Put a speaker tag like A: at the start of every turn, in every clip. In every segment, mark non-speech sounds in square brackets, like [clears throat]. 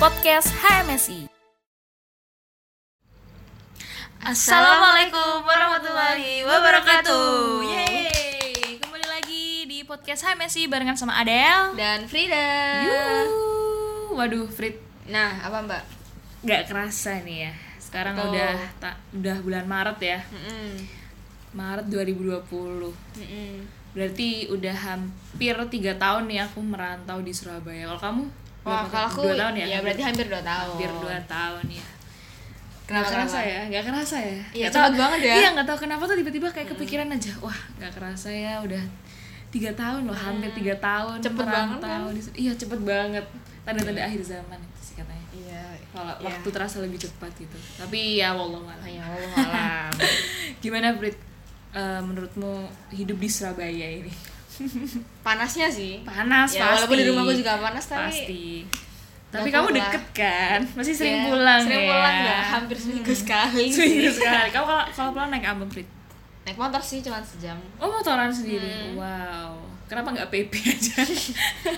A: podcast HMSI.
B: Assalamualaikum warahmatullahi wabarakatuh.
A: Yeay. Kembali lagi di podcast HMSI barengan sama Adele.
B: Dan Frida.
A: Iya. Yuh. Waduh, Frit,
B: Nah, apa Mbak?
A: nggak kerasa nih ya. Sekarang
B: Betul.
A: udah tak udah bulan Maret ya.
B: Mm-mm.
A: Maret 2020.
B: Mm-mm.
A: Berarti udah hampir tiga tahun nih aku merantau di Surabaya. Kalau kamu?
B: Wah,
A: berapa-
B: kalau aku
A: dua tahun ya?
B: berarti hampir 2 tahun.
A: hampir dua tahun ya.
B: Oh. Kenapa,
A: Nggak kerasa
B: kenapa?
A: ya, nggak kerasa ya.
B: Iya,
A: Nggak tahu-
B: cepet banget ya. Hmm.
A: Iya, nggak tahu kenapa tuh tiba-tiba kayak kepikiran aja. Wah, nggak kerasa ya, udah tiga tahun loh, hampir tiga tahun.
B: Hmm. Cepet banget kan?
A: merantau di- Iya, cepet banget. Tanda-tanda akhir zaman itu sih katanya.
B: Iya.
A: Kalau
B: Iya.
A: waktu terasa lebih cepat gitu. Tapi ya wallah [laughs]
B: Ya Allah alam.
A: Gimana Brit? Eh, menurutmu hidup di Surabaya ini
B: Panasnya sih.
A: panas
B: Ya,
A: pasti.
B: walaupun di rumahku juga panas, tapi-
A: pasti. Tapi
B: Nggak
A: kamu
B: kuat lah.
A: deket kan? Masih sering
B: Ya,
A: pulang
B: Sering
A: ya?
B: pulang ya,
A: [laughs]
B: hampir seminggu sekali.
A: Seminggu sekali. Kamu kalau kalau pulang naik apa, Brit?
B: Naik motor sih cuma [laughs] sejam.
A: Oh motoran sendiri, wow. Hmm. Kenapa nggak PP
B: [laughs]
A: aja?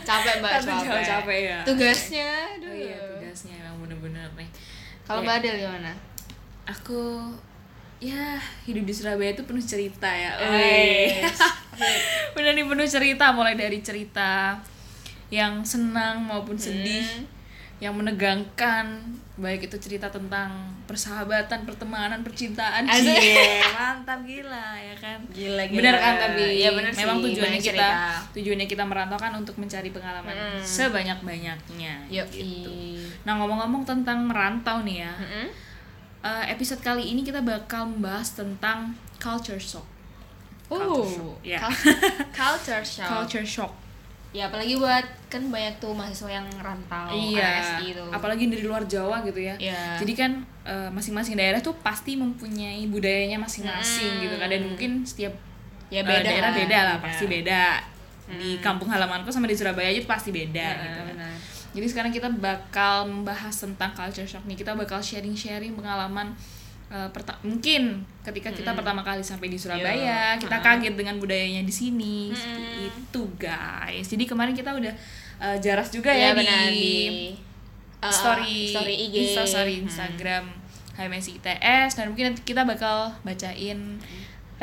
B: Capek Mbak,
A: Tapi jauh capek ya.
B: Tugasnya, aduh.
A: Oh iya tugasnya emang bener-bener nih.
B: Kalau
A: Iya.
B: Mbak Adel gimana?
A: Aku ya hidup di Surabaya itu penuh cerita ya.
B: Eh.
A: Wih. [laughs] bener nih penuh cerita mulai dari cerita yang senang maupun sedih,
B: Hmm.
A: yang menegangkan baik itu cerita tentang persahabatan, pertemanan, percintaan.
B: Asik. Iya.
A: Cie, mantap gila ya kan.
B: Gila, gila.
A: benar kan tapi
B: Iya, benar sih.
A: memang tujuannya
B: Banyak
A: kita
B: cerita.
A: tujuannya kita merantau kan untuk mencari pengalaman
B: Mm.
A: sebanyak banyaknya
B: Yuk.
A: nah ngomong-ngomong tentang merantau nih ya
B: Mm-mm.
A: eh, episode kali ini kita bakal membahas tentang culture shock Culture shock.
B: Oh,
A: Ya. [laughs]
B: culture shock.
A: culture shock
B: Ya apalagi buat kan banyak tuh mahasiswa yang rantau
A: iya
B: RSI itu.
A: apalagi dari luar Jawa gitu ya
B: Iya.
A: jadi kan eh, masing-masing daerah tuh pasti mempunyai budayanya masing-masing
B: Mm.
A: gitu kan dan mungkin setiap
B: ya
A: Eh,
B: beda. Iya. Hmm.
A: daerah beda lah pasti beda di kampung halamanku sama di Surabaya aja pasti beda
B: Nah,
A: gitu kan.
B: benar.
A: jadi sekarang kita bakal membahas tentang culture shock nih kita bakal sharing sharing pengalaman eh, perta- mungkin ketika kita pertama kali sampai di Surabaya kita
B: Ah.
A: kaget dengan budayanya di sini seperti itu guys jadi kemarin kita udah eh, jaras juga ya,
B: Iya,
A: di,
B: benar, di, uh,
A: story,
B: story IG.
A: Instastory Instagram HMSI ITS dan mungkin nanti kita bakal bacain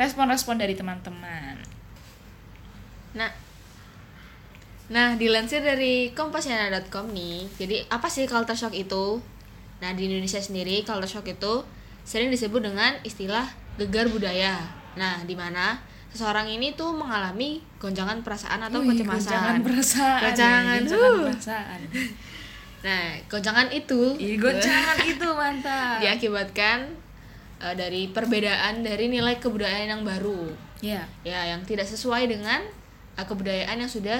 A: respon-respon dari teman-teman
B: Nah. Nah, dilansir dari kompasiana.com nih. Jadi, apa sih culture shock itu? Nah, di Indonesia sendiri culture shock itu sering disebut dengan istilah gegar budaya. Nah, di mana seseorang ini tuh mengalami goncangan perasaan atau
A: Wih, goncangan
B: kecemasan.
A: perasaan.
B: Goncangan,
A: ya, goncangan
B: uh.
A: perasaan.
B: Nah, goncangan itu
A: Iya,
B: [laughs]
A: goncangan itu mantap. Iya.
B: diakibatkan eh, dari perbedaan dari nilai kebudayaan yang baru ya yang tidak sesuai dengan eh, kebudayaan yang sudah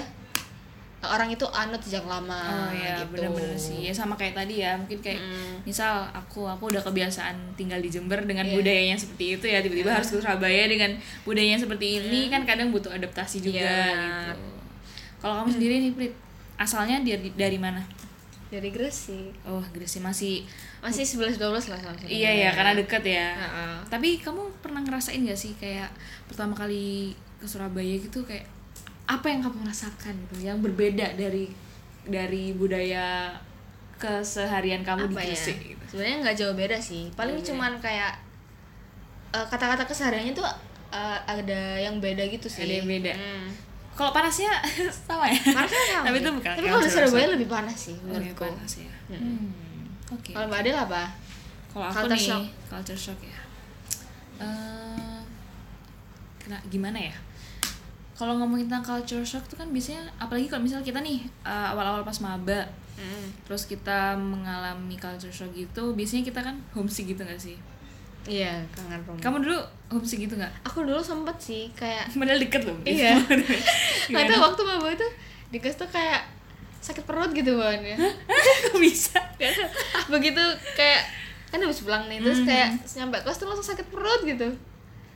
B: eh, orang itu anut sejak lama
A: Oh iya,
B: gitu.
A: bener-bener sih. Ya sama kayak tadi ya, mungkin kayak
B: Mm.
A: misal aku aku udah kebiasaan tinggal di Jember dengan
B: Iya.
A: budayanya seperti itu ya, tiba-tiba harus ke Surabaya dengan budayanya seperti ini kan kadang butuh adaptasi juga
B: Iya.
A: gitu. Kalau kamu sendiri nih, Prit, asalnya dari dari mana?
B: dari Gresik
A: Oh, Gresik masih
B: masih 11-12 lah sama sama
A: Iya ya, karena deket ya.
B: Heeh.
A: Tapi kamu pernah ngerasain gak sih kayak pertama kali ke Surabaya gitu kayak apa yang kamu rasakan gitu yang berbeda dari dari budaya keseharian kamu
B: apa
A: di
B: ya
A: Gresik gitu. Iya,
B: sebenarnya nggak jauh beda sih paling
A: Jauh beda.
B: cuman kayak eh, kata-kata kesehariannya tuh eh, ada yang beda gitu sih
A: Ada yang beda. [laughs]
B: Hmm.
A: Kalau panasnya [laughs] sama ya.
B: Panasnya sama
A: Tapi
B: sih.
A: itu bukan
B: tapi
A: kayak
B: kalau di
A: Surabaya.
B: Surabaya lebih panas sih
A: Oh, ya,
B: menurutku
A: panas ya. Hmm, Oke.
B: kalau mbak Adel apa
A: Kalau aku
B: Culture
A: nih
B: shock.
A: culture shock ya. Eh, kena gimana ya? Kalau ngomongin tentang culture shock tuh kan biasanya apalagi kalau misalnya kita nih eh, awal-awal pas maba terus kita mengalami culture shock gitu biasanya kita kan homesick gitu gak sih?
B: Iya, kangen rumah.
A: Kamu dulu homesick gitu gak?
B: Aku dulu sempet sih kayak
A: Padahal deket loh. Bri.
B: Iya.
A: [laughs] Gimana?
B: ada waktu mabuk itu di kelas tuh kayak sakit perut gitu bawaannya.
A: Kok [laughs] bisa?
B: [laughs] Begitu kayak kan habis pulang nih terus kayak nyampe kelas tuh langsung sakit perut gitu.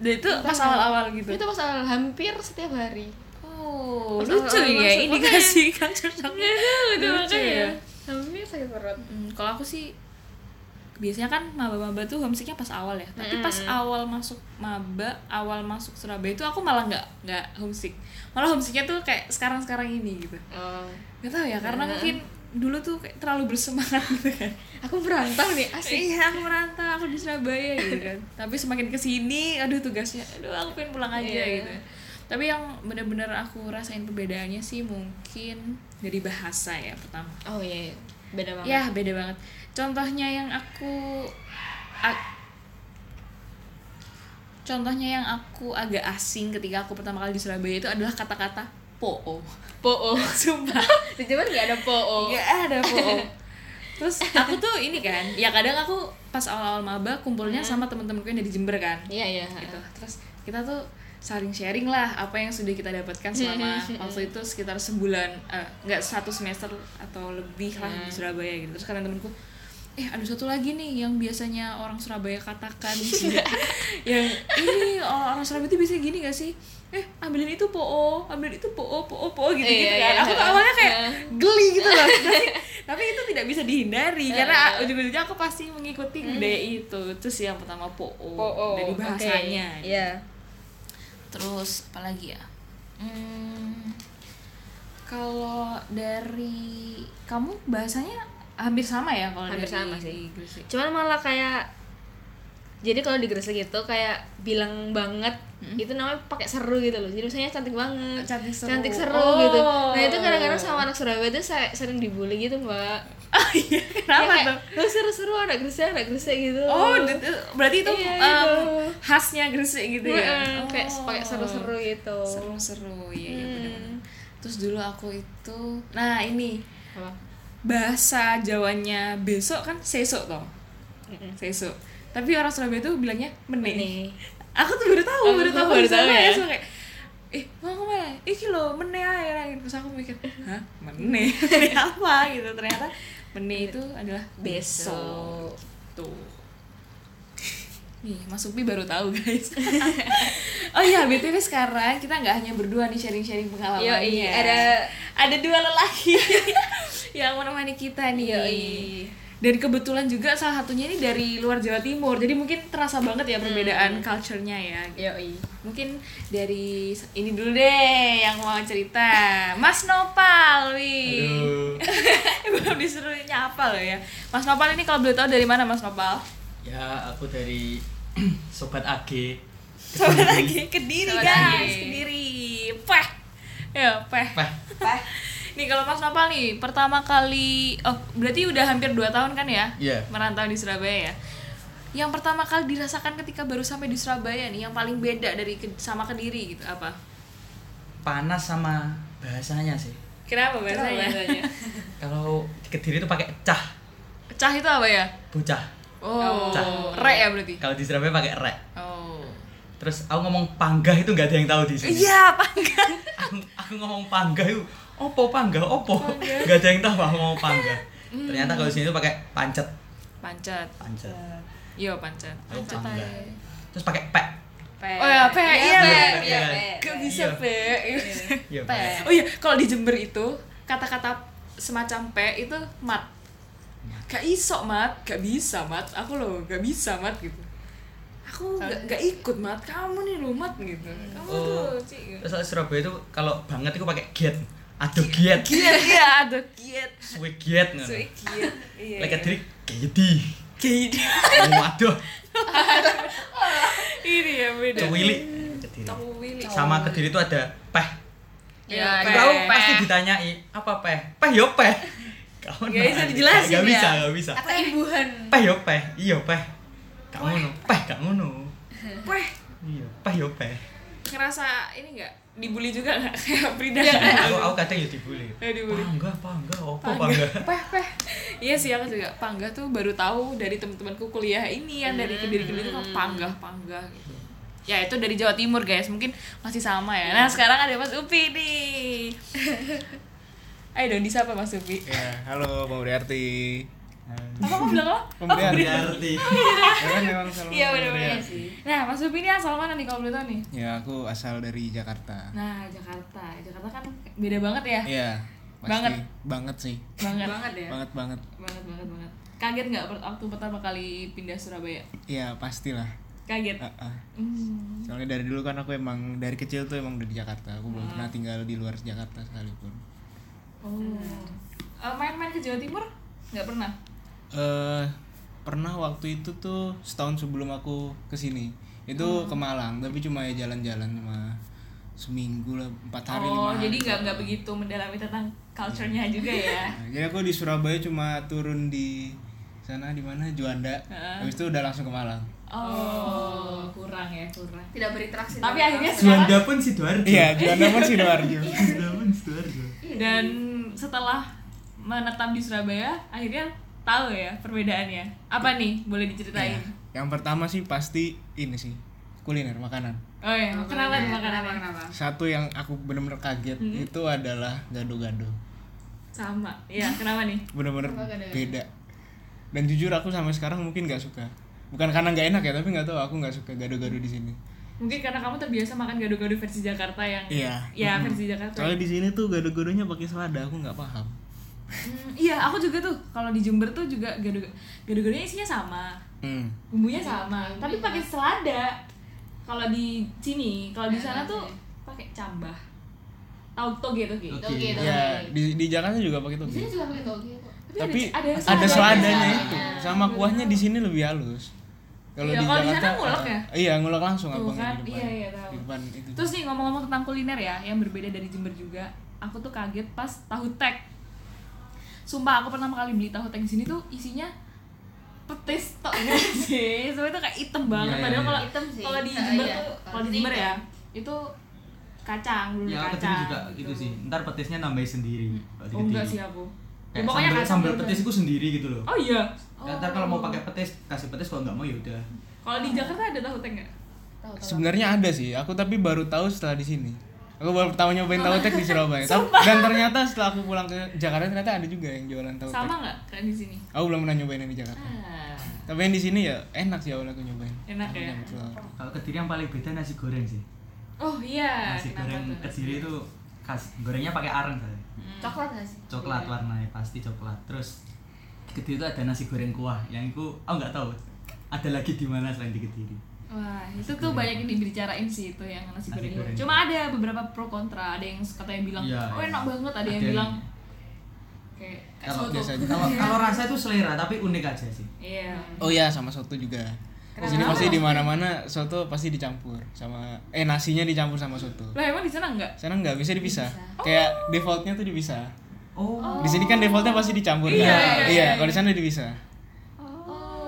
A: Dan itu pas awal-awal gitu.
B: Iya. Itu pas awal- hampir setiap hari.
A: Oh,
B: Pas
A: lucu
B: awal-awal
A: ya
B: masuk,
A: indikasi culture shock.
B: Itu
A: Lucu ya.
B: iya, makanya hampir sakit perut.
A: Hmm, kalau aku sih biasanya kan maba-maba tuh homesicknya pas awal ya tapi pas awal masuk maba awal masuk Surabaya itu aku malah nggak nggak homesick malah homesicknya tuh kayak sekarang sekarang ini gitu
B: Oh.
A: nggak tahu ya karena mungkin dulu tuh kayak terlalu bersemangat gitu kan
B: aku merantau nih [laughs] asik
A: iya aku merantau aku di Surabaya gitu kan tapi semakin kesini aduh tugasnya aduh aku pengen pulang aja
B: Iya.
A: gitu tapi yang bener-bener aku rasain perbedaannya sih mungkin dari bahasa ya pertama
B: oh iya iya. beda banget
A: ya beda banget contohnya yang aku a- contohnya yang aku agak asing ketika aku pertama kali di Surabaya itu adalah kata-kata po [laughs]
B: poo Iya.
A: sumpah
B: di Jerman nggak ada poo
A: nggak ada po [laughs] terus aku tuh ini kan ya kadang aku pas awal-awal maba kumpulnya sama temen-temenku yang dari Jember kan
B: iya iya
A: gitu terus kita tuh saling sharing lah apa yang sudah kita dapatkan selama
B: Hmm, hmm,
A: waktu itu sekitar sebulan eh, nggak satu semester atau lebih lah
B: Hmm.
A: di Surabaya gitu terus kalian temenku eh ada satu lagi nih yang biasanya orang Surabaya katakan
B: [laughs]
A: gitu. yang ini orang, orang Surabaya itu biasanya gini gak sih eh ambilin itu poo ambilin itu poo poo poo gitu gitu kan
B: Iya, iya,
A: aku tuh
B: iya.
A: awalnya kayak
B: Iya.
A: geli gitu
B: [laughs]
A: loh tapi, tapi itu tidak bisa dihindari karena ujung-ujungnya aku pasti mengikuti
B: Hmm.
A: budaya itu itu sih yang pertama poo
B: poo
A: dari bahasanya
B: Oh, Oke, iya
A: terus apalagi ya hmm, kalau dari kamu bahasanya hampir sama ya kalau dari
B: Hampir sama sih. [laughs]
A: Gresik?
B: cuman malah kayak jadi kalau di Gresik itu kayak bilang banget itu namanya pakai seru gitu loh jadi misalnya cantik banget
A: Hmm. Cantik seru.
B: seru
A: Oh.
B: gitu nah itu kadang-kadang sama anak Surabaya itu saya sering dibully gitu mbak
A: oh iya
B: Kayak
A: kenapa tuh
B: lu seru-seru anak Gresik anak Gresik gitu
A: oh d- berarti itu em,
B: Iya, gitu.
A: khasnya Gresik gitu
B: Heeh,
A: ya
B: kayak
A: Oh.
B: pakai seru-seru gitu
A: seru-seru ya, ya
B: Hmm.
A: benar-benar terus dulu aku itu nah ini
B: apa
A: bahasa Jawanya besok kan sesok toh
B: Mm-mm.
A: sesok tapi orang Surabaya tuh bilangnya meneh
B: nih
A: aku tuh baru tahu
B: Oh,
A: baru
B: kamu
A: tahu
B: baru
A: baru tahu
B: tahu ya?
A: ya Terus aku kayak eh mau kemana iki lo mene ae ra gitu. terus aku mikir hah mene [laughs] mene apa gitu ternyata mene itu adalah besok tuh nih Mas Upi baru tahu guys oh iya btw sekarang kita nggak hanya berdua nih sharing sharing pengalaman
B: Yoi,
A: ya.
B: ada-
A: ada dua lelaki [laughs] yang menemani kita nih
B: Yoi.
A: dan kebetulan juga salah satunya ini dari luar Jawa Timur jadi mungkin terasa banget ya perbedaan culture-nya ya
B: yoi
A: mungkin dari ini dulu deh yang mau cerita Mas Nopal wih
C: Aduh.
A: [laughs] belum disuruh nyapa loh ya Mas Nopal ini kalau boleh tahu dari mana Mas Nopal
C: Ya, aku dari [clears throat] Sobat AG.
A: Sobat lagi kediri
B: Sobat
A: guys
B: lagi.
A: kediri peh ya peh
C: Peh.
A: nih kalau Mas Nopal nih pertama kali oh berarti udah hampir 2 tahun kan ya
C: Iya.
A: merantau di Surabaya ya yang pertama kali dirasakan ketika baru sampai di Surabaya nih yang paling beda dari ke- sama kediri gitu apa
C: Panas sama bahasanya sih.
A: kenapa
B: bahasanya?
C: Kalau di Kediri itu pakai cah,
A: cah itu apa ya
C: bocah.
A: oh
C: Cah.
A: rek ya berarti
C: Kalau di Surabaya pakai rek.
A: oh
C: Terus aku ngomong panggah itu nggak ada yang tahu di sini.
A: iya panggang
C: Aku, aku ngomong panggah itu opo panggah opo nggak ada yang tahu aku ngomong panggah.
A: Hmm.
C: Ternyata kalau di sini itu pakai pancet,
A: pancet
C: pancet.
A: iya pancet
C: Aku panggah. Terus pakai pek.
A: Oh ya, Pe, iya, Pe.
C: Iya.
A: Gak bisa
C: Iya.
A: pe.
C: Iya,
A: Pe.
C: Pe.
A: Oh iya, kalau di Jember itu kata-kata semacam pe itu mat. Gak iso mat, gak bisa mat. Aku loh gak bisa mat gitu. Aku gak, gak ikut mat. Kamu nih lo mat gitu. Kamu
C: Oh.
A: tuh gitu. cik.
C: Terus kalau di Surabaya itu kalau banget itu pakai giat. Aduh giat.
A: Giat ya, aduh giat.
C: Suwe giat ngono.
A: Iya. Suwe giat. Iya.
C: Lek Kediri gedi.
A: Giat.
C: Waduh,
A: [laughs] Ini ya beda.
C: cuwili. Kediri.
A: Cowili.
C: Sama Kediri itu ada peh.
A: Iya,
B: Ya,
C: Itu aku
A: Peh.
C: pasti ditanyai, apa peh? Peh yo peh. Kamu
A: Nggak bisa dijelasin
C: Gak bisa,
A: ya?
C: gak bisa.
B: kata imbuhan
C: Peh yo peh, iya peh. Gak ngono, peh gak ngono.
A: Weh,
C: Iya, peh yo
A: [laughs]
C: peh.
A: ngerasa ini gak? Dibully juga gak? [laughs] Kayak Frida.
D: Iya.
C: Aku aku kadang yo dibully.
A: Ya, dibully.
C: Pangga, pangga, opo
A: Pangga.
C: pangga.
A: Peh, peh. Iya sih aku juga pangga tuh baru tahu dari teman-temanku kuliah ini yang dari kediri kediri tuh panggah panggah gitu. Ya itu dari Jawa Timur guys mungkin masih sama ya. Nah sekarang ada Mas Upi [laughs] nih. Ayo dong disapa Mas Upi.
D: Ya, halo Bang Briarti.
A: Apa kamu bilang lo?
D: Bang Briarti.
C: Berarti.
D: Ya kan memang selalu
A: Iya
D: Bang
A: benar-benar.
D: Briarti.
A: Nah Mas Upi ini asal mana nih kalau boleh tahu nih?
D: Ya, aku asal dari Jakarta.
A: Nah Jakarta, Jakarta kan beda banget ya.
D: Iya. pasti.
A: Banget. Iya.
D: Banget sih.
A: Banget.
B: banget ya
D: Banget banget.
A: Banget banget banget. Kaget nggak per- waktu pertama kali pindah Surabaya?
D: Iya, pastilah.
A: Kaget.
D: Heeh.
A: Hmm.
D: Soalnya dari dulu kan aku emang dari kecil
A: Hmm.
D: tuh emang udah di Jakarta. Aku belum pernah tinggal di luar Jakarta sekalipun.
A: Oh. Eh, main-main ke Jawa Timur nggak pernah
D: eh pernah waktu itu tuh setahun sebelum aku kesini itu
A: Hmm.
D: ke Malang tapi cuma ya jalan-jalan cuma seminggu lah empat hari lima
A: oh
D: hari.
A: jadi nggak nggak begitu mendalami tentang culture-nya juga ya
D: Nah, jadi aku di Surabaya cuma turun di sana di mana Juanda habis itu udah langsung ke Malang
A: oh kurang ya kurang
E: tidak berinteraksi
A: tapi
E: dengan
A: akhirnya sekarang
C: Juanda pun Sidoarjo.
D: iya Juanda pun [laughs] Sidoarjo
C: Juanda pun Sidoarjo.
A: dan setelah menetap di Surabaya akhirnya tahu ya perbedaannya apa nih boleh diceritain
D: Iya. yang pertama sih pasti ini sih kuliner makanan
A: oh ya kenapa tuh
E: kenapa
A: makanannya
E: kenapa
D: satu yang aku bener-bener kaget
E: Mm-hmm.
D: itu adalah gado-gado
A: sama ya kenapa nih
D: bener-bener
E: Apa gado-gado?
D: beda dan jujur aku sampai sekarang mungkin nggak suka bukan karena nggak enak ya tapi nggak tahu aku nggak suka gado-gado di sini
A: mungkin karena kamu terbiasa makan gado-gado versi Jakarta yang
D: Iya.
A: ya
D: Mm-mm.
A: versi Jakarta
D: soalnya di sini tuh gado-gadonya pakai selada aku nggak paham
A: Hmm, iya aku juga tuh kalau di Jember tuh juga gado-gado gado-gadonya isinya sama
D: hmm.
A: bumbunya sama tapi pakai
E: Iya.
A: selada kalau di sini kalau
E: Iya,
A: di sana tuh pakai cambah gitu, tahu toge toge
C: Oke.
E: Toge, toge.
D: ya di di Jakarta juga pakai
E: di sini
D: toge
E: juga pakai toge kok
D: tapi
A: ada-
D: ada,
A: ada seladanya.
D: seladanya itu sama kuahnya di sini lebih halus
A: Iya, kalau di sana ngulek ya?
D: iya ngulek langsung
A: Tuh
D: abangnya
A: kan,
D: di depan
A: iya, iya, tahu.
D: di depan itu
A: terus nih ngomong-ngomong tentang kuliner ya yang berbeda dari Jember juga aku tuh kaget pas tahu tek sumpah aku pertama kali beli tahu tek di sini tuh isinya petis tok
E: [laughs]
A: nggak sih sebenarnya tuh kayak item banget
C: Iya, iya,
A: padahal
C: iya.
A: kalau
E: Hitam sih.
A: kalau di
E: Ah,
A: Jember
E: iya.
A: tuh
E: Kalau
A: kalau di
E: di
A: Jember
E: sini
A: ya itu kacang dulu
C: Ya, aku tadi
A: kacang gitu.
C: juga itu sih. Ntar petisnya nambahin sendiri. Kalau
A: oh enggak sih
C: digede-gedein.
A: aku Ya,
C: Kayak
A: pokoknya
C: sambel,
A: kacang
C: sambel
A: dulu.
C: petis itu sendiri gitu loh.
A: oh iya
C: Ya, Ntar kalau mau pakai petis kasih petis kalau nggak mau ya udah.
A: Oh. kalau di Jakarta ada tahu tek nggak
E: tahu tahu
D: sebenarnya ada sih aku tapi baru tahu setelah di sini aku baru pertama nyobain tahu tek di Surabaya Tapi- dan ternyata setelah aku pulang ke Jakarta ternyata ada juga yang jualan tahu tek
A: sama nggak kayak di sini
D: aku belum pernah nyobain yang di Jakarta
A: Ah,
D: tapi yang di sini ya enak sih awalnya aku nyobain Gitu.
A: Enak ya?
D: Enak, betul.
C: Kalau kediri yang paling beda nasi goreng sih.
A: oh iya
C: Nasi
A: kenapa
C: goreng
A: tuh? Hmm.
C: kediri itu khas. Gorengnya pakai areng saya.
E: coklat nggak sih
A: Iya.
C: Coklat warnanya pasti coklat. Terus kediri itu ada nasi goreng kuah. Yang itu aku nggak tahu. Ada lagi di mana selain di
E: [laughs]
C: kediri.
A: Wah, itu tuh banyak yang dibicarain sih itu yang nasi
C: Nasi
A: goreng.
C: goreng.
A: Cuma ada beberapa pro kontra, ada yang katanya bilang,
C: Iya,
A: "Oh,
C: iya.
A: enak banget." Ada yang
C: Ada yang-
A: bilang kayak kayak
C: Kalau
A: soto.
D: biasa aja.
C: Kalau kalau rasa itu selera tapi unik aja sih.
A: Iya.
D: oh iya sama soto juga di sini pasti di mana mana soto pasti dicampur sama eh nasinya dicampur sama soto
A: Lah emang di sana enggak?
D: sana nggak bisa dipisah
A: Oh.
D: kayak defaultnya tuh dipisah
C: Oh,
D: di sini kan defaultnya pasti dicampur
A: Iya,
D: kan?
A: iya,
D: iya kalau di sana dipisah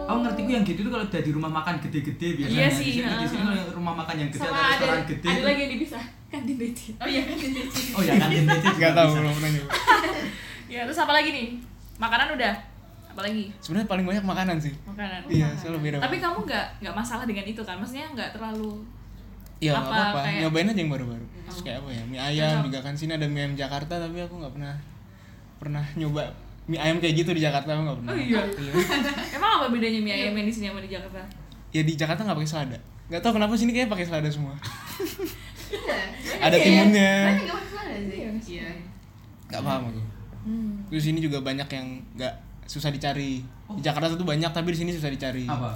C: Aku ngerti gue yang gitu tuh kalau udah di rumah makan gede-gede biasanya.
A: Iya sih,
C: Di sini, di sini
A: heeh.
C: kalau rumah makan yang gede
A: Sama
C: atau
A: ada
C: restoran gede.
A: ada
C: tuh-
A: lagi yang dipisah. Kantin Beci. Oh iya, kantin Beci.
C: Oh ya kan gede juga
D: nggak tahu
C: bisa.
D: belum pernah nyoba
A: ya, terus apa lagi nih? Makanan udah. Apa lagi?
D: sebenarnya paling banyak makanan sih
A: Makanan.
D: iya selalu beda
A: Tapi kamu nggak nggak masalah dengan itu kan? Maksudnya nggak terlalu
D: Iya nggak
A: apa,
D: apa-apa,
A: kayak- Iya.
D: nyobain aja yang baru-baru. Terus kayak apa ya, mie ayam juga kan sini ada mie ayam Jakarta tapi aku nggak pernah pernah nyoba mie ayam kayak gitu di Jakarta aku
C: Nah,
D: nggak pernah.
A: Oh iya. [laughs] Emang apa bedanya mie ayam yang di sini sama di Jakarta?
D: Ya di Jakarta nggak pakai selada. Nggak tahu kenapa sini kayak pakai selada semua.
E: Iya.
D: ada timunnya.
E: Banyak yang pakai selada sih iya
D: Nggak paham aku. Terus sini juga banyak yang nggak susah dicari. Di Jakarta tuh banyak tapi di sini susah dicari.
C: Apa?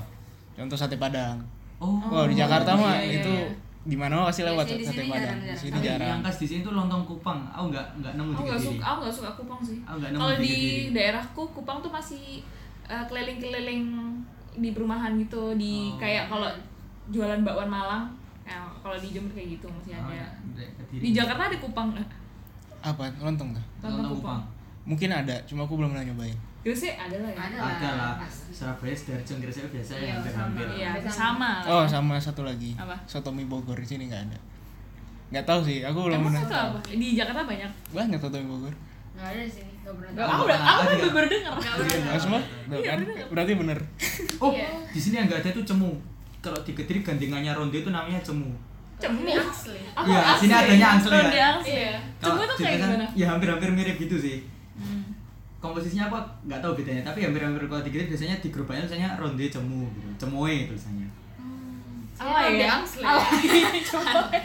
D: Contoh sate Padang.
C: Oh.
D: Wah di Jakarta
A: iya,
D: mah
A: iya,
D: itu
A: iya.
D: di mana mah pasti lewat
E: Biasanya di
D: sate
E: sini
D: Padang.
E: jarang-jarang.
D: Di sini
C: Tapi yang
D: jarang.
C: khas di sini tuh lontong kupang. Aku nggak nggak nemu di
A: aku nggak
C: kediri.
A: suka aku nggak suka kupang sih
C: Aku nggak nemu
A: kalau
C: di
A: di
C: Kediri.
A: daerahku kupang tuh masih eh, keliling-keliling di perumahan gitu di
C: Oh.
A: kayak kalau jualan bakwan Malang nah, kalau di Jember kayak gitu masih
C: Oh,
A: ada
C: ya, Kediri.
A: di Jakarta ada kupang Eh, nggak
D: Apa? Lontong tuh?
C: lontong kupang.
D: Mungkin ada, cuma aku belum pernah nyobain.
A: Gresik ada lah ya
E: Ada.
C: Ada lah.
E: Pasti.
C: Surabaya, Sidoarjo, Gresik biasa
E: Iya,
C: yang hampir-hampir.
E: sama.
A: iya
E: Sama.
A: sama
D: Oh,
A: lah ya.
D: sama satu lagi.
A: Apa?
D: Soto mie Bogor di sini nggak ada. Nggak tahu sih, aku belum
A: emang
D: pernah.
A: itu apa di Jakarta banyak
D: Banyak soto mie Bogor.
E: nggak ada di sini nggak pernah
A: Gak,
E: tahu
A: aku udah, aku kan baru dengar
D: Nggak semua? Tuh kan? Berarti bener.
C: Iya. Oh,
A: Iya.
C: di sini yang nggak ada tuh cemu. Kalau di kediri gandengannya ronde itu namanya cemu.
A: cemu
E: asli
A: Apa
C: Iya, di sini
A: angsle?
C: adanya angsle ya.
A: Ronde angsle.
E: Iya.
A: cemu
C: Kalau
A: tuh
C: di
A: kayak
C: Jakarta,
A: gimana
C: Ya hampir-hampir mirip gitu sih. Komposisinya apa? Nggak tahu bedanya. Tapi hampir-hampir kalau di kediri biasanya di gerobaknya biasanya ronde cemu gitu. Cemoe tulisannya.
A: Alay
E: Ronde
A: ya?
E: angsle.
A: Alay.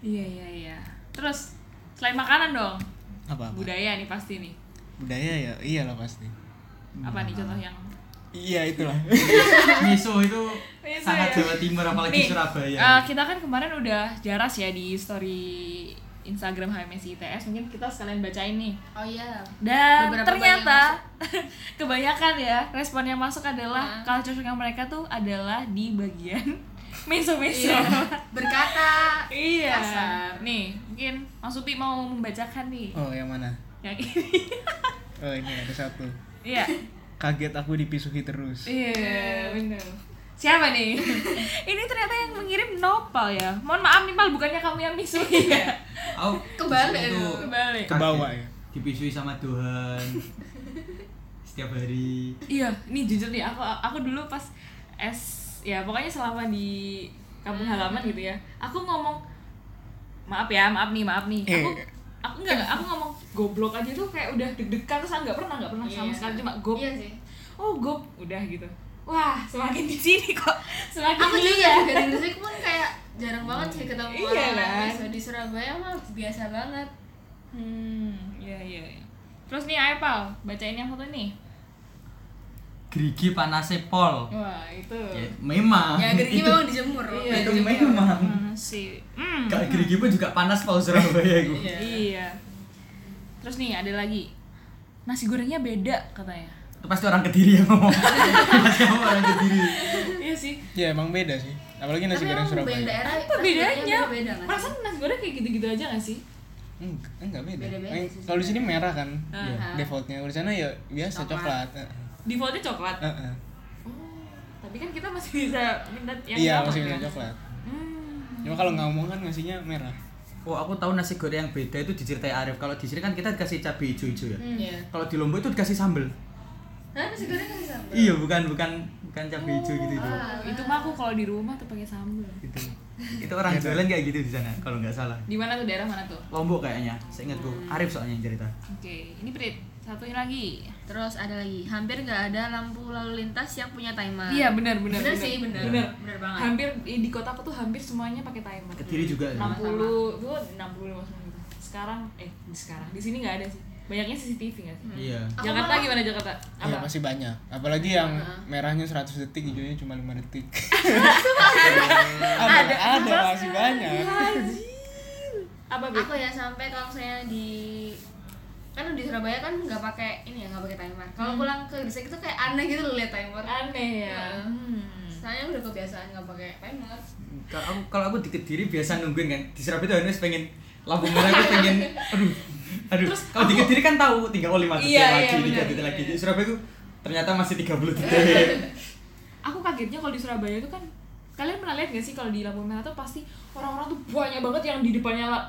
A: Iya iya iya. Terus selain makanan dong,
D: Apa? -apa?
A: budaya nih pasti nih.
D: Budaya ya, iyalah pasti.
A: Apa nih contoh yang
D: Iya itulah.
C: Miso itu
A: Miso
C: sangat
A: ya.
C: Jawa Timur apalagi
A: Nih,
C: Surabaya.
A: eh, kita kan kemarin udah jaras ya di story Instagram HMSI ITS mungkin kita sekalian bacain nih
E: Oh iya.
A: dan
E: Beberapa
A: ternyata [laughs] kebanyakan ya respon yang masuk adalah
E: Nah.
A: culture shock yang mereka tuh adalah di bagian [laughs] meso-meso
B: Iya.
E: Berkata.
A: iya
E: Kasar.
A: nih mungkin Mas Upi mau membacakan nih
D: Oh yang mana?
A: yang ini
D: Oh ini ada satu.
A: iya
D: Kaget aku dipisuhi terus.
A: iya benar siapa nih [laughs] ini ternyata yang mengirim Nopal ya mohon maaf nih Pal bukannya kami yang misuhi ya
C: Aku
E: Kebalik
C: itu
E: lu.
A: [laughs] kebalik
D: Ke bawah ya.
C: dipisui sama Tuhan setiap hari.
A: Iya, ini jujur nih aku aku dulu pas S ya pokoknya selama di kampung halaman gitu ya. Aku ngomong maaf ya, maaf nih, maaf nih. Aku
D: Eh.
A: aku enggak, enggak, aku ngomong goblok aja tuh kayak udah deg-degan terus enggak pernah enggak pernah sama
E: Iya.
A: sekali cuma gob.
E: Iya sih.
A: Oh, gob udah gitu. Wah, semakin di sini kok semakin
E: Aku
A: iya.
E: juga dari musik pun kayak jarang banget sih ketemu
A: Iya,
E: orang
A: kan?
E: Meso. di Surabaya mah biasa banget.
A: Hmm, iya iya. iya. Terus nih Aipal, bacain yang satu nih.
C: Gerigi panasnya Pol.
A: Wah, itu.
C: Ya,
D: Iya.
C: memang.
E: Ya gerigi ya, memang dijemur.
A: Ah. Iya,
C: [laughs] itu
E: dijemur.
C: memang.
A: Mana sih? Hmm.
C: Gak gerigi pun juga panas Pol Surabaya
D: gitu.
C: itu.
E: Iya.
A: Iya. Terus nih ada lagi. Nasi gorengnya beda katanya.
C: Itu pasti orang Kediri yang ngomong. pasti kamu orang Kediri.
A: [laughs] iya sih.
D: Ya emang beda sih. Apalagi
E: Tapi
D: nasi goreng
E: emang
D: Surabaya.
E: beda daerah.
A: Apa bedanya?
E: Beda
A: Perasaan nasi goreng kayak gitu-gitu aja gak sih?
D: Eng- Enggak beda.
E: Beda-beda
D: Eh,
E: sih
D: Kalau di sini merah kan.
A: Aha.
D: Defaultnya. Kalau di sana ya biasa coklat.
E: Coklat.
A: Defaultnya coklat.
D: Eh, eh.
A: Oh, tapi kan kita masih bisa minta yang
D: Iya
A: sama,
D: masih
A: kan?
D: bisa coklat.
A: Hmm.
D: Cuma kalau ngomong kan ngasihnya merah.
C: Oh, aku tahu nasi goreng yang beda itu diceritain Arif. Kalau di sini kan kita dikasih cabai hijau-hijau ya.
B: Hmm.
E: Iya.
C: Kalau di Lombok itu dikasih sambel.
E: Nah, nasi goreng kan bisa.
C: Iya, bukan bukan bukan cabai hijau gitu itu.
A: Oh, itu mah aku kalau di rumah tuh pakai sambal.
C: Itu. Itu orang
A: Iya,
C: jualan kayak gitu di sana kalau nggak salah.
A: Di mana tuh daerah mana tuh?
C: Lombok kayaknya. Seingatku Arif soalnya yang cerita.
A: Oke, ini Prit. Satunya lagi.
E: Terus ada lagi, hampir nggak ada lampu lalu lintas yang punya timer.
A: Iya, benar benar.
E: Bener sih, bener.
A: Bener.
E: Bener banget.
A: Hampir di di kota aku tuh hampir semuanya pakai timer.
C: Kediri juga. ya.
A: 60 gue 60 lima gitu sekarang eh di sekarang di sini nggak ada sih banyaknya CCTV nggak sih
C: Iya.
E: Aku
A: Jakarta
E: malah-
A: gimana Jakarta apa
D: Iya masih banyak. Apalagi yang merahnya 100 detik, hijaunya cuma 5
A: [laughs]
D: detik. ada, ada, masih banyak.
A: apa Beb?
E: Aku ya sampai kalau saya di kan di Surabaya kan nggak pakai ini ya nggak pakai timer. Kalau pulang ke Gresik itu kayak aneh gitu loh lihat timer.
A: Hmm. aneh ya
E: Iya.
A: Hmm.
E: Saya udah kebiasaan nggak pakai timer.
C: Kalau aku kalau aku di Kediri biasa nungguin kan. Di Surabaya tuh harus pengen lampu merah aku pengen
A: [laughs]
C: aduh. Aduh. kalau di Kediri kan tahu tinggal oh 5 detik
A: Iya,
C: lagi,
A: iya, benar,
C: 3 detik
A: iya,
C: lagi.
A: iya.
C: Di Surabaya tuh ternyata masih
A: [laughs]
C: 30 detik.
A: aku kagetnya kalau di Surabaya itu kan kalian pernah lihat gak sih kalau di lampu merah tuh pasti orang-orang tuh banyak banget yang di depannya lah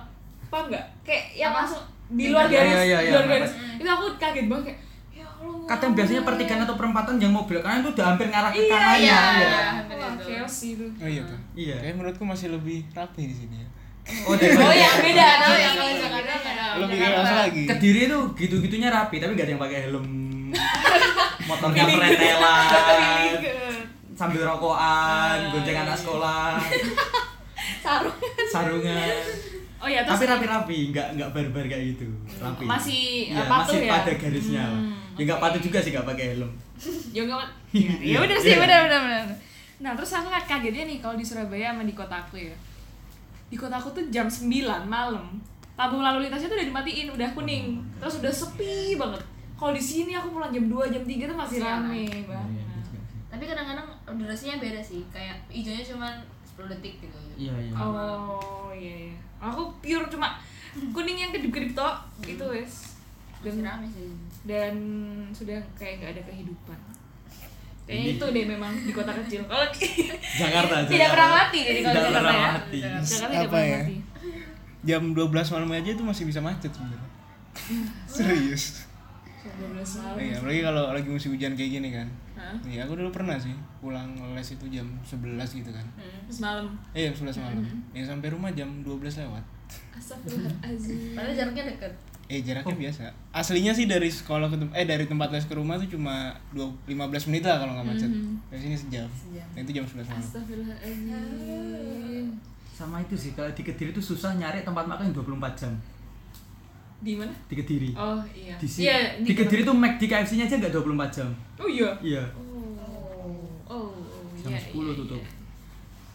A: apa nggak kayak yang
E: Apa?
A: langsung di luar
C: Iya,
A: garis
C: iya,
A: di
C: iya,
A: luar
C: iya,
A: garis itu aku kaget banget kayak ya Allah
C: Kadang biasanya pertigaan atau perempatan yang mobil kanan tuh udah hampir ngarah ke kanannya.
A: iya
C: iya.
E: hampir
A: Wah,
E: itu.
A: chaos sih itu
D: Oh iya tuh.
C: Iya.
D: Kayak menurutku masih lebih rapi di sini ya. [laughs]
C: Oh, daripada-
A: oh ya beda
E: Nggak tahu
A: tapi
E: ya
A: ini-
E: kalau Jakarta nggak tahu.
A: Iya,
D: Lebih
A: kan,
D: keras lagi.
C: Kediri tuh gitu-gitunya rapi tapi gak ada yang pakai
A: [laughs]
C: helm. Motornya
A: Feeling.
C: pretelan.
A: Feeling.
C: sambil
A: Ah,
C: rokokan, gonceng anak
A: iya. [laughs]
C: sekolah,
A: sarung
C: sarungan.
A: oh ya terus
C: Tapi rapi-rapi, nggak nggak barbar kayak gitu. Rapi.
A: Masih,
C: Iya,
A: eh, patuh
C: masih
A: ya?
C: pada garisnya. lah. ya nggak patuh juga sih nggak pakai helm.
A: Ya enggak ya,
C: Iya.
A: ya bener sih, bener bener bener. Nah, terus aku kagetnya nih kalau di Surabaya sama di kota aku ya. Di kota aku tuh jam 9 malam, lampu lalu lintasnya tuh udah dimatiin, udah kuning. Terus udah sepi banget. Kalau di sini aku pulang jam 2, jam 3 tuh masih
E: Siang.
A: rame
C: Iya,
A: banget.
E: Tapi kadang-kadang durasinya beda sih. Kayak hijaunya cuma 10 detik gitu.
C: Iya iya.
A: Oh, iya iya. Aku pure cuma kuning yang kedip-kedip tok gitu wes.
E: Masih
A: Dan,
E: rame sih.
A: dan sudah kayak nggak ada kehidupan. Kayaknya itu deh memang di kota kecil. Kalau
C: [laughs]
A: di-
C: Jakarta.
A: tidak
C: Jakarta.
A: pernah mati jadi kalau
C: Tidak
A: di Jakarta
C: pernah
A: ya.
C: mati.
A: Jakarta
D: Apa
A: tidak pernah
D: ya?
A: mati.
D: Jam 12 malam aja itu masih bisa macet sebenarnya.
A: [laughs]
D: Serius. Iya, apalagi kalau lagi musim hujan kayak gini kan.
A: Hah?
D: Iya, aku dulu pernah sih pulang les itu jam 11 gitu kan.
A: Terus malam.
D: Eh, jam 11 malam.
A: Hmm.
D: Ya sampai rumah jam 12 lewat.
A: Astagfirullahaladzim.
E: Padahal jaraknya deket.
D: Eh, jaraknya biasa. Aslinya sih dari sekolah ke tem- eh dari tempat les ke rumah tuh cuma 2 15 menit lah kalau nggak macet.
A: Mhm.
D: Dari sini sejam. Nah, itu jam
C: Hmm.
D: 11 malam.
A: Astagfirullahaladzim.
C: Sama itu sih kalau di Kediri tuh susah nyari tempat makan yang 24 jam.
A: Di mana?
C: Di Kediri.
A: Oh iya.
C: Di, sini,
A: Iya,
C: di Kediri tuh McD KFC-nya aja nggak 24 jam.
A: Oh iya.
C: Iya.
A: Oh. Oh.
C: Jam
A: iya,
C: 10
A: iya,
C: tutup.
A: iya.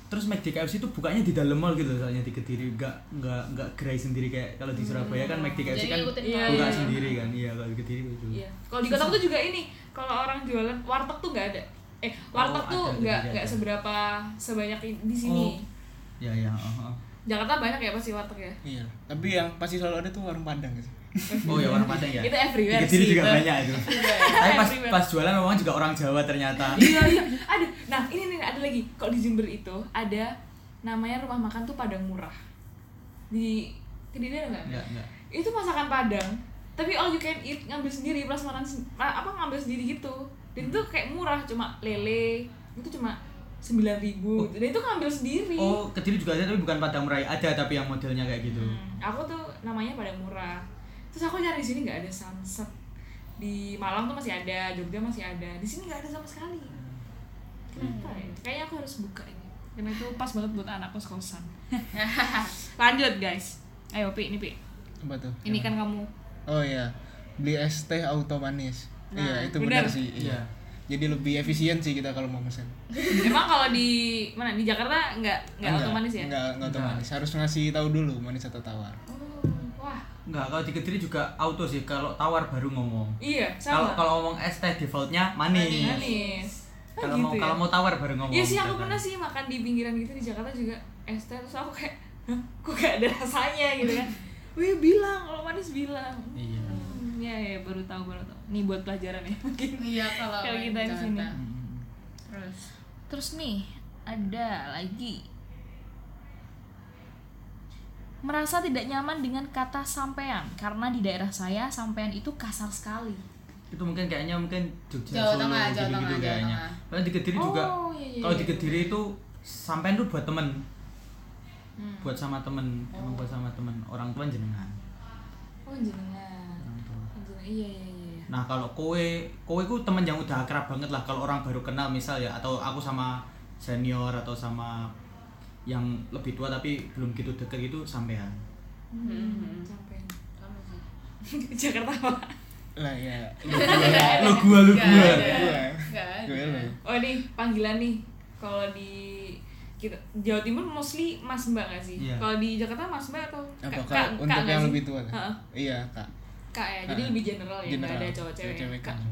C: terus McD KFC itu bukanya di dalam mall gitu loh, soalnya di Kediri nggak nggak nggak gerai sendiri kayak kalau di Surabaya kan McD KFC
A: Hmm, Jadi
C: kan
A: ngikutin
C: buka
A: mall. Iya, iya.
C: sendiri kan iya kalau di Kediri gitu
A: Iya. Kalau di kotaku tuh juga ini, kalau orang jualan warteg tuh nggak ada. Eh, warteg
C: Oh,
A: tuh
C: ada,
A: nggak
C: ada,
A: nggak
C: ada.
A: seberapa sebanyak i- di sini.
C: Oh. ya ya oh, oh.
A: Jakarta banyak ya pasti warteg ya.
D: Iya. Tapi yang pasti selalu ada tuh warung Padang gitu.
C: oh ya warung padang ya
A: Itu everywhere
C: di Kediri
A: sih,
C: juga
A: itu.
C: banyak itu tapi pas pas jualan memang juga orang Jawa
A: [laughs]
C: ternyata
A: Iya, iya. Ada. Nah, ini nih ada lagi. Kalau di Jember itu ada namanya rumah makan tuh Padang Murah. Di Kediri ada nggak?
C: enggak enggak
A: Itu masakan Padang, tapi all you can eat ngambil sendiri plus makan sen- ma- apa ngambil sendiri gitu. Dan itu kayak murah cuma lele itu cuma 9.000 ribu gitu. Dan itu ngambil sendiri.
C: oh Kediri juga ada tapi bukan Padang Murai ada tapi yang modelnya kayak gitu
A: Hmm, aku tuh namanya pada murah terus aku cari di sini nggak ada sunset di Malang tuh masih ada Jogja masih ada di sini nggak ada sama sekali kenapa ya kayaknya aku harus buka ini karena itu pas banget buat anak kos [laughs] kosan lanjut guys ayo pi ini pi
D: Apa tuh?
A: ini kan kamu
D: Oh iya. Beli es teh auto manis.
A: Nah,
D: iya, itu
A: benar.
D: benar, sih. Iya.
C: Iya.
D: Jadi lebih efisien sih kita kalau mau pesan.
A: emang kalau di mana di Jakarta nggak nggak otomatis ya
D: Enggak, enggak otomatis. Harus ngasih tahu dulu manis atau tawar.
A: Oh, wah
C: Enggak, kalau di Kediri juga auto sih. Kalau tawar baru ngomong.
A: iya sama
C: Kalau kalau ngomong es teh defaultnya manis.
A: manis Ah,
C: Kalau
A: kan?
C: mau
A: gitu ya?
C: kalau mau tawar baru ngomong.
A: Iya sih aku
C: misalkan.
A: pernah
E: kan?
A: sih makan di pinggiran gitu di Jakarta juga es teh terus aku kayak Hah, kok gak ada rasanya gitu
E: [laughs]
A: kan. Wih bilang kalau manis bilang.
C: Iya.
A: Hmm, ya ya baru tahu baru tahu. Nih buat pelajaran ya mungkin.
E: Iya kalau
A: Kalau
E: main
A: kita di sini.
E: Jakarta. Terus
A: Terus nih ada lagi merasa tidak nyaman dengan kata sampean karena di daerah saya sampean itu kasar sekali.
C: Itu mungkin kayaknya mungkin Jogja
E: Jawa
C: Solo
E: Tengah, Jawa
C: gitu-gitu
E: Tengah, Jawa
C: kayaknya.
E: Tengah.
C: Kalau di Kediri juga
A: Oh, iya, iya,
C: kalau di
A: iya.
C: Kediri itu sampean tuh buat temen
A: Hmm.
C: buat sama temen emang buat sama temen orang tua jenengan
A: Oh jenengan.
C: Orang tua.
A: Jenengan. Iya iya iya. iya.
C: nah kalau kowe kowe ku temen yang udah akrab banget lah kalau orang baru kenal misal ya atau aku sama senior atau sama yang lebih tua tapi belum gitu deket gitu sampean
A: Hmm, sampean. [laughs] Jakarta apa?
D: Lah
A: [laughs]
D: ya.
C: lu gua lu
E: Nggak
C: gua
E: ada.
D: Gua.
E: Nggak ada.
D: Gue lo.
A: Oh ini panggilan nih kalau di kita Jawa Timur mostly Mas Mbak gak sih?
C: Iya.
A: Kalau di Jakarta Mas Mbak atau
D: Apa
A: Kak-
D: kalau
A: Kak-
D: untuk
A: Kak nggak
D: yang
A: sih?
D: lebih tua? tuh?
A: Heeh.
D: Iya, Kak.
A: Kak ya, jadi
D: Heeh.
A: lebih general ya, nggak ada cowok cewek.
D: Cewek-cewek
A: Kak.
D: kan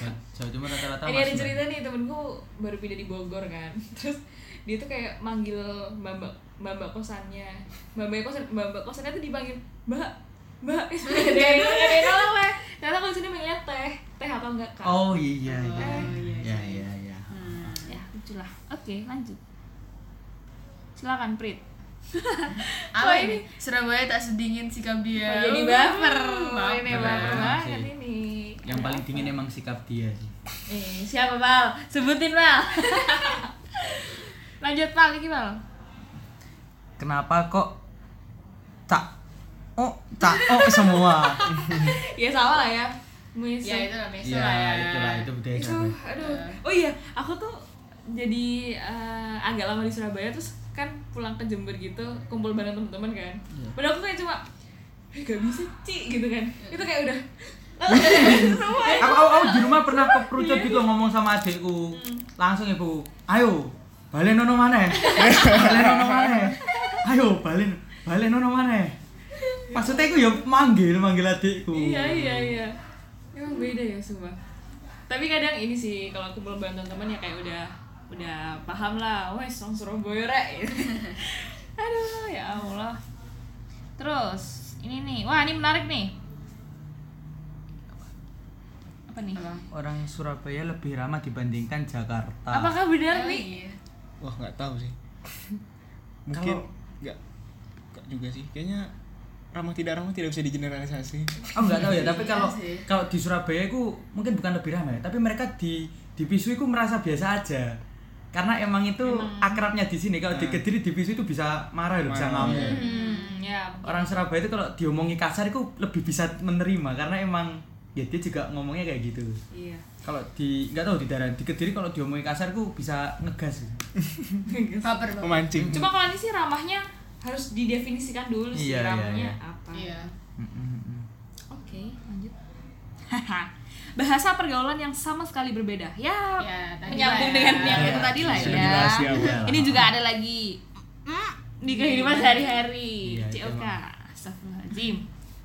D: semua.
C: Jawa Timur rata-rata
A: Ini ada
C: Mas
A: cerita nih temenku baru pindah di Bogor kan, [laughs] terus dia tuh kayak manggil mbak mbak mbak mbak kosannya, mbak mbak kosan mbak mbak kosannya tuh dipanggil mbak mbak. Nah, Gak [laughs] ada yang- gak ada yang nolak lah. Ternyata kalau di sini manggilnya teh teh atau enggak kak?
C: Oh iya iya
E: Oh, iya,
C: iya iya iya.
A: ya lucu lah oke lanjut silakan
E: [laughs]
A: Prit
E: Apa
A: Wah,
E: ini? Surabaya tak sedingin sikap dia.
A: Oh, jadi
E: Uh,
A: baper ini
C: Baper
A: baper
C: banget
A: banget
C: sih.
A: ini
C: Yang paling dingin emang sikap dia sih.
A: eh, siapa Pal
E: [laughs]
A: sebutin Pal lanjut Pal ini Pal
C: Kenapa kok tak oh tak oh semua?
A: ya sama lah ya Misi.
E: Ya itu namanya
C: Iya
E: Surabaya.
C: itulah itu budaya
A: itu
C: Surabaya.
A: aduh oh iya aku tuh jadi eh, agak lama di Surabaya terus kan pulang ke Jember gitu kumpul bareng teman-teman kan padahal aku kayak cuma "Eh, gak bisa Ci gitu kan itu kayak udah semua
C: Aku, aku, aku di rumah pernah keperucut gitu ngomong sama adikku langsung ibu ayo balen nono mana balen nono mana ayo balen balen nono mana maksudnya aku ya manggil manggil adikku
A: Iya iya iya. Emang beda ya sumpah. Tapi kadang ini sih kalau aku belum bantu teman ya kayak udah udah paham lah, wes song Surabaya rek. [laughs] Aduh ya Allah. Terus ini nih, wah ini menarik nih. Apa nih?
C: orang Surabaya lebih ramah dibandingkan Jakarta
A: Apakah benar
E: Oh,
A: nih?
E: iya.
D: Wah nggak tahu sih. Mungkin
C: Kalau-
D: nggak nggak juga sih. Kayaknya ramah tidak ramah tidak bisa digeneralisasi.
C: Aku nggak tahu ya, tapi kalau
E: Iya sih.
C: kalau di Surabaya itu mungkin bukan lebih ramai, tapi mereka di di Pisu itu merasa biasa aja. Karena emang itu akrabnya di sini. Kalau di Kediri di Pisu itu bisa marah loh, bisa
D: Marah,
C: ngamuk.
D: iya.
A: Hmm, ya.
C: Orang Surabaya itu kalau diomongi kasar itu lebih bisa menerima karena emang ya dia juga ngomongnya kayak gitu.
A: Iya.
C: Kalau di nggak tahu di daerah di Kediri kalau diomongi kasar itu bisa ngegas.
E: Baper banget.
D: Memancing.
A: Cuma kalau ini sih ramahnya harus didefinisikan dulu sih
C: Iya, iya,
A: ramahnya
C: iya.
A: apa.
E: Iya.
A: Oke, lanjut. Haha. [laughs] bahasa pergaulan yang sama sekali berbeda. Ya,
E: Ya, tadi lah ya.
A: menyambung dengan yang itu tadi lah
D: Sudah
A: ya.
D: dibahas di awal.
A: Ini juga ada lagi mm, di kehidupan sehari-hari.
D: Iya, itu
A: COK.
D: emang.
A: Astagfirullahazim.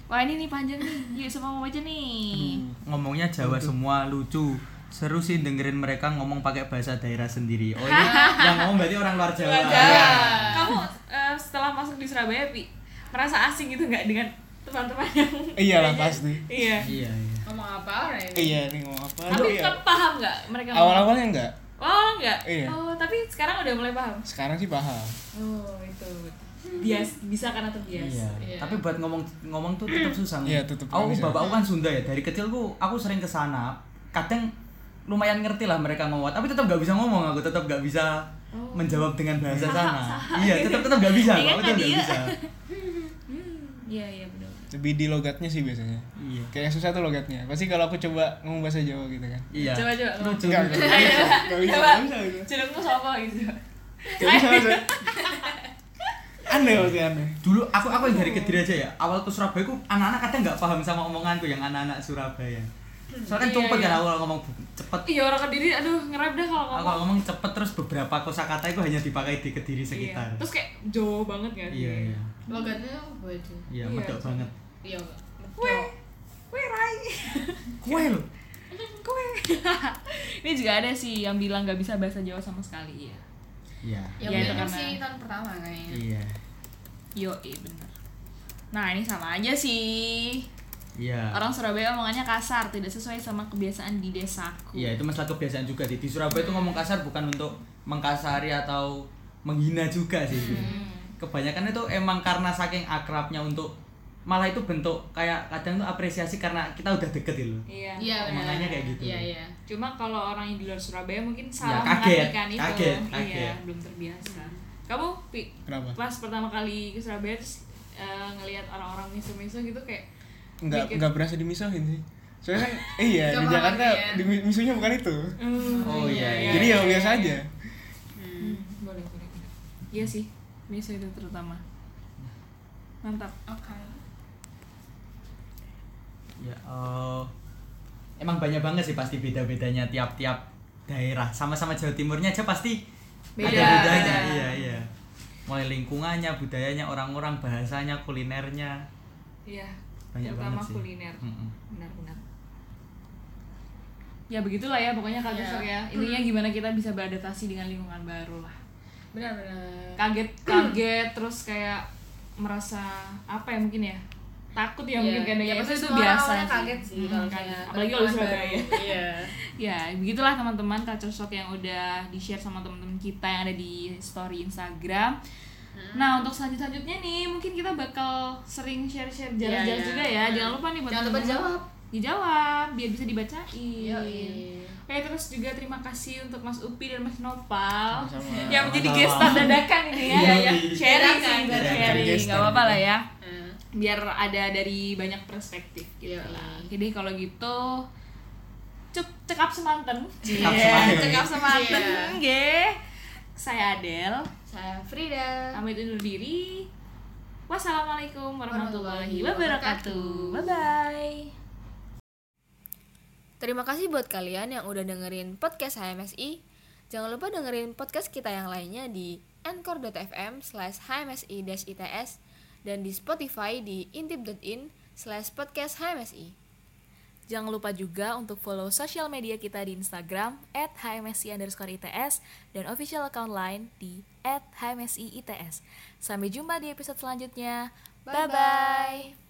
A: Wah, ini nih panjang nih. Yuk sama mau aja nih.
C: ngomongnya Jawa semua lucu seru sih dengerin mereka ngomong pakai bahasa daerah sendiri oh ini
A: [laughs]
C: yang ngomong berarti orang luar Jawa,
A: Jawa. Iya. Kamu eh, setelah masuk di Surabaya, Pi, merasa asing gitu nggak dengan teman-teman yang [laughs]
D: Iya lah pasti.
A: Iya.
C: iya iya
E: Ngomong apa orang ini?
D: Iya, ini ngomong apa?
A: Tapi
D: Iya.
A: tetap paham nggak mereka? ngomong?
D: Awal-awalnya enggak.
A: Oh, nggak.
D: Iya.
A: Oh, tapi sekarang udah mulai paham.
D: Sekarang sih paham.
A: Oh, itu. Bias, bisa kan atau bias?
C: Iya.
E: Iya.
C: Tapi buat ngomong ngomong tuh tetap susah.
D: Iya, tetap
C: Aku
D: nggak bisa.
C: bapakku kan Sunda ya. Dari kecil ku aku sering ke sana. Kadang lumayan ngerti lah mereka ngomong, tapi tetap gak bisa ngomong. Aku tetap gak bisa
A: Oh.
C: menjawab dengan bahasa sana. Iya, tetap tetap gak bisa.
A: Ingat
C: Aku tetap
A: tadi
C: gak
A: ya.
C: bisa.
A: Hmm, iya, iya benar.
D: Lebih di logatnya sih biasanya.
C: Iya.
D: Kayak yang susah tuh logatnya. Pasti kalau aku coba ngomong bahasa Jawa gitu kan.
C: Iya.
A: Coba, coba.
C: Lucu.
D: Enggak, enggak bisa. Enggak bisa,
A: Coba.
D: enggak bisa. gitu.
A: Celungmu siapa gitu?
D: Enggak bisa, enggak bisa. Aneh pasti aneh.
C: Dulu aku aku yang dari Kediri aja ya. Awal ke Surabaya ku anak-anak kadang nggak paham sama omonganku yang anak-anak Surabaya. Soalnya kan
A: Iya,
C: cepet
A: iya.
C: kan aku kalau ngomong cepet.
A: Iya orang kediri, aduh ngerap dah kalau
C: Aku
A: ngomong.
C: kalau ngomong cepet terus beberapa kosakata itu hanya dipakai di Kediri sekitar.
A: Iya. Terus kayak jauh banget kan?
C: Iya, iya.
E: Logatnya apa itu?
A: Iya.
C: Iya, medok banget.
E: Iya,
A: Kue, kue Rai, [laughs]
C: Kue lo.
A: kue. [laughs] Ini juga ada sih yang bilang nggak bisa bahasa Jawa sama sekali, iya.
C: Iya.
E: Ya,
A: Iya, itu
E: mungkin
A: karena-
E: sih tahun pertama kayaknya.
C: Iya.
A: Yo, iya bener. Nah ini sama aja sih.
C: Iya.
A: Orang Surabaya omongannya kasar, tidak sesuai sama kebiasaan di desaku.
C: Iya, itu masalah kebiasaan juga sih. Di Surabaya itu ngomong kasar bukan untuk mengkasari atau menghina juga sih.
A: Hmm.
C: Kebanyakan itu emang karena saking akrabnya untuk malah itu bentuk kayak kadang tuh apresiasi karena kita udah deket gitu loh.
A: Iya.
E: Iya, benar.
C: Omongannya kayak gitu.
E: Iya, iya.
A: Cuma kalau orang yang di luar Surabaya mungkin salah
C: Iya, kaget,
A: mengartikan itu.
C: kaget,
A: Iya,
C: kaget.
A: belum terbiasa. Kamu Pi,
D: Kenapa?
A: pas pertama kali ke Surabaya terus eh, ngelihat orang-orang miso-miso gitu kayak
D: Enggak
A: Mikir.
D: enggak berasa dimisahin sih. Soalnya kan eh, iya
E: Enggak
D: di
E: paham
D: Jakarta
E: ya.
D: di misunya bukan itu.
A: "Eh,
C: Oh iya. iya.
D: Jadi ya biasa aja.
E: Hmm.
A: hmm, boleh, boleh, boleh." Iya sih, miso itu terutama. Mantap.
E: Oke.
C: Ya, eh, emang banyak banget sih pasti beda-bedanya tiap-tiap daerah. Sama-sama Jawa Timurnya aja pasti
A: Beda,
C: ada bedanya.
A: beda.
C: Iya, iya. Mulai lingkungannya, budayanya, orang-orang, bahasanya, kulinernya.
A: Iya.
C: Banyak
A: terutama
C: banget sih. Hmm.
A: kuliner.
C: Mm-mm.
A: benar-benar ya begitulah ya pokoknya
E: Iya.
A: kaget ya intinya gimana kita bisa beradaptasi dengan lingkungan baru lah
E: Benar, benar.
A: kaget kaget terus kayak merasa apa ya mungkin ya takut
E: Iya.
A: ya mungkin kan ya pasti itu biasa
E: awalnya
A: sih.
E: kaget sih
A: Mm,
E: kalau
A: kaget.
E: kayak
A: apalagi kalau di
E: lingkungan
A: Surabaya
E: baru.
A: [laughs]
E: Iya.
A: ya begitulah teman-teman culture shock yang udah di share sama teman-teman kita yang ada di story Instagram
E: Hmm.
A: Nah untuk selanjut selanjutnya nih mungkin kita bakal sering share-share jalan-jalan
E: Iya, iya.
A: juga ya Jangan lupa nih buat
E: Jangan lupa
A: teman-teman
E: dijawab.
A: Dijawab biar bisa dibacain
E: Yoi.
A: Oke terus juga terima kasih untuk Mas Upi dan Mas Nopal
D: Sama-sama.
A: yang menjadi
C: Sama-sama.
A: gestar dadakan ini ya.
C: Iya,
A: ya. Sharing
C: iya.
A: sih,
E: Dadakan,
A: biar
E: dadakan.
A: sharing.
D: Gestar
A: Gak apa-apa lah ya.
E: Nah,
A: Biar ada dari banyak perspektif gitu
E: Iya.
A: lah. Jadi kalau gitu cek cekap semanten.
C: Cekap
A: Iya,
C: semanten.
A: Cekap semanten.
E: Iya.
A: nggih. Saya Adel.
E: Saya Frida.
A: Pamit undur diri. Wassalamualaikum warahmatullahi
E: Warahmatullahi
A: wabarakatuh. Bye bye.
B: Terima kasih buat kalian yang udah dengerin podcast HMSI. Jangan lupa dengerin podcast kita yang lainnya di anchor.fm slash hmsi-its dan di Spotify di intip.in slash podcast HMSI.
A: Jangan lupa juga untuk follow sosial media kita di Instagram at HMSI underscore ITS dan official account line di at HMSI ITS. Sampai jumpa di episode selanjutnya. Bye-bye.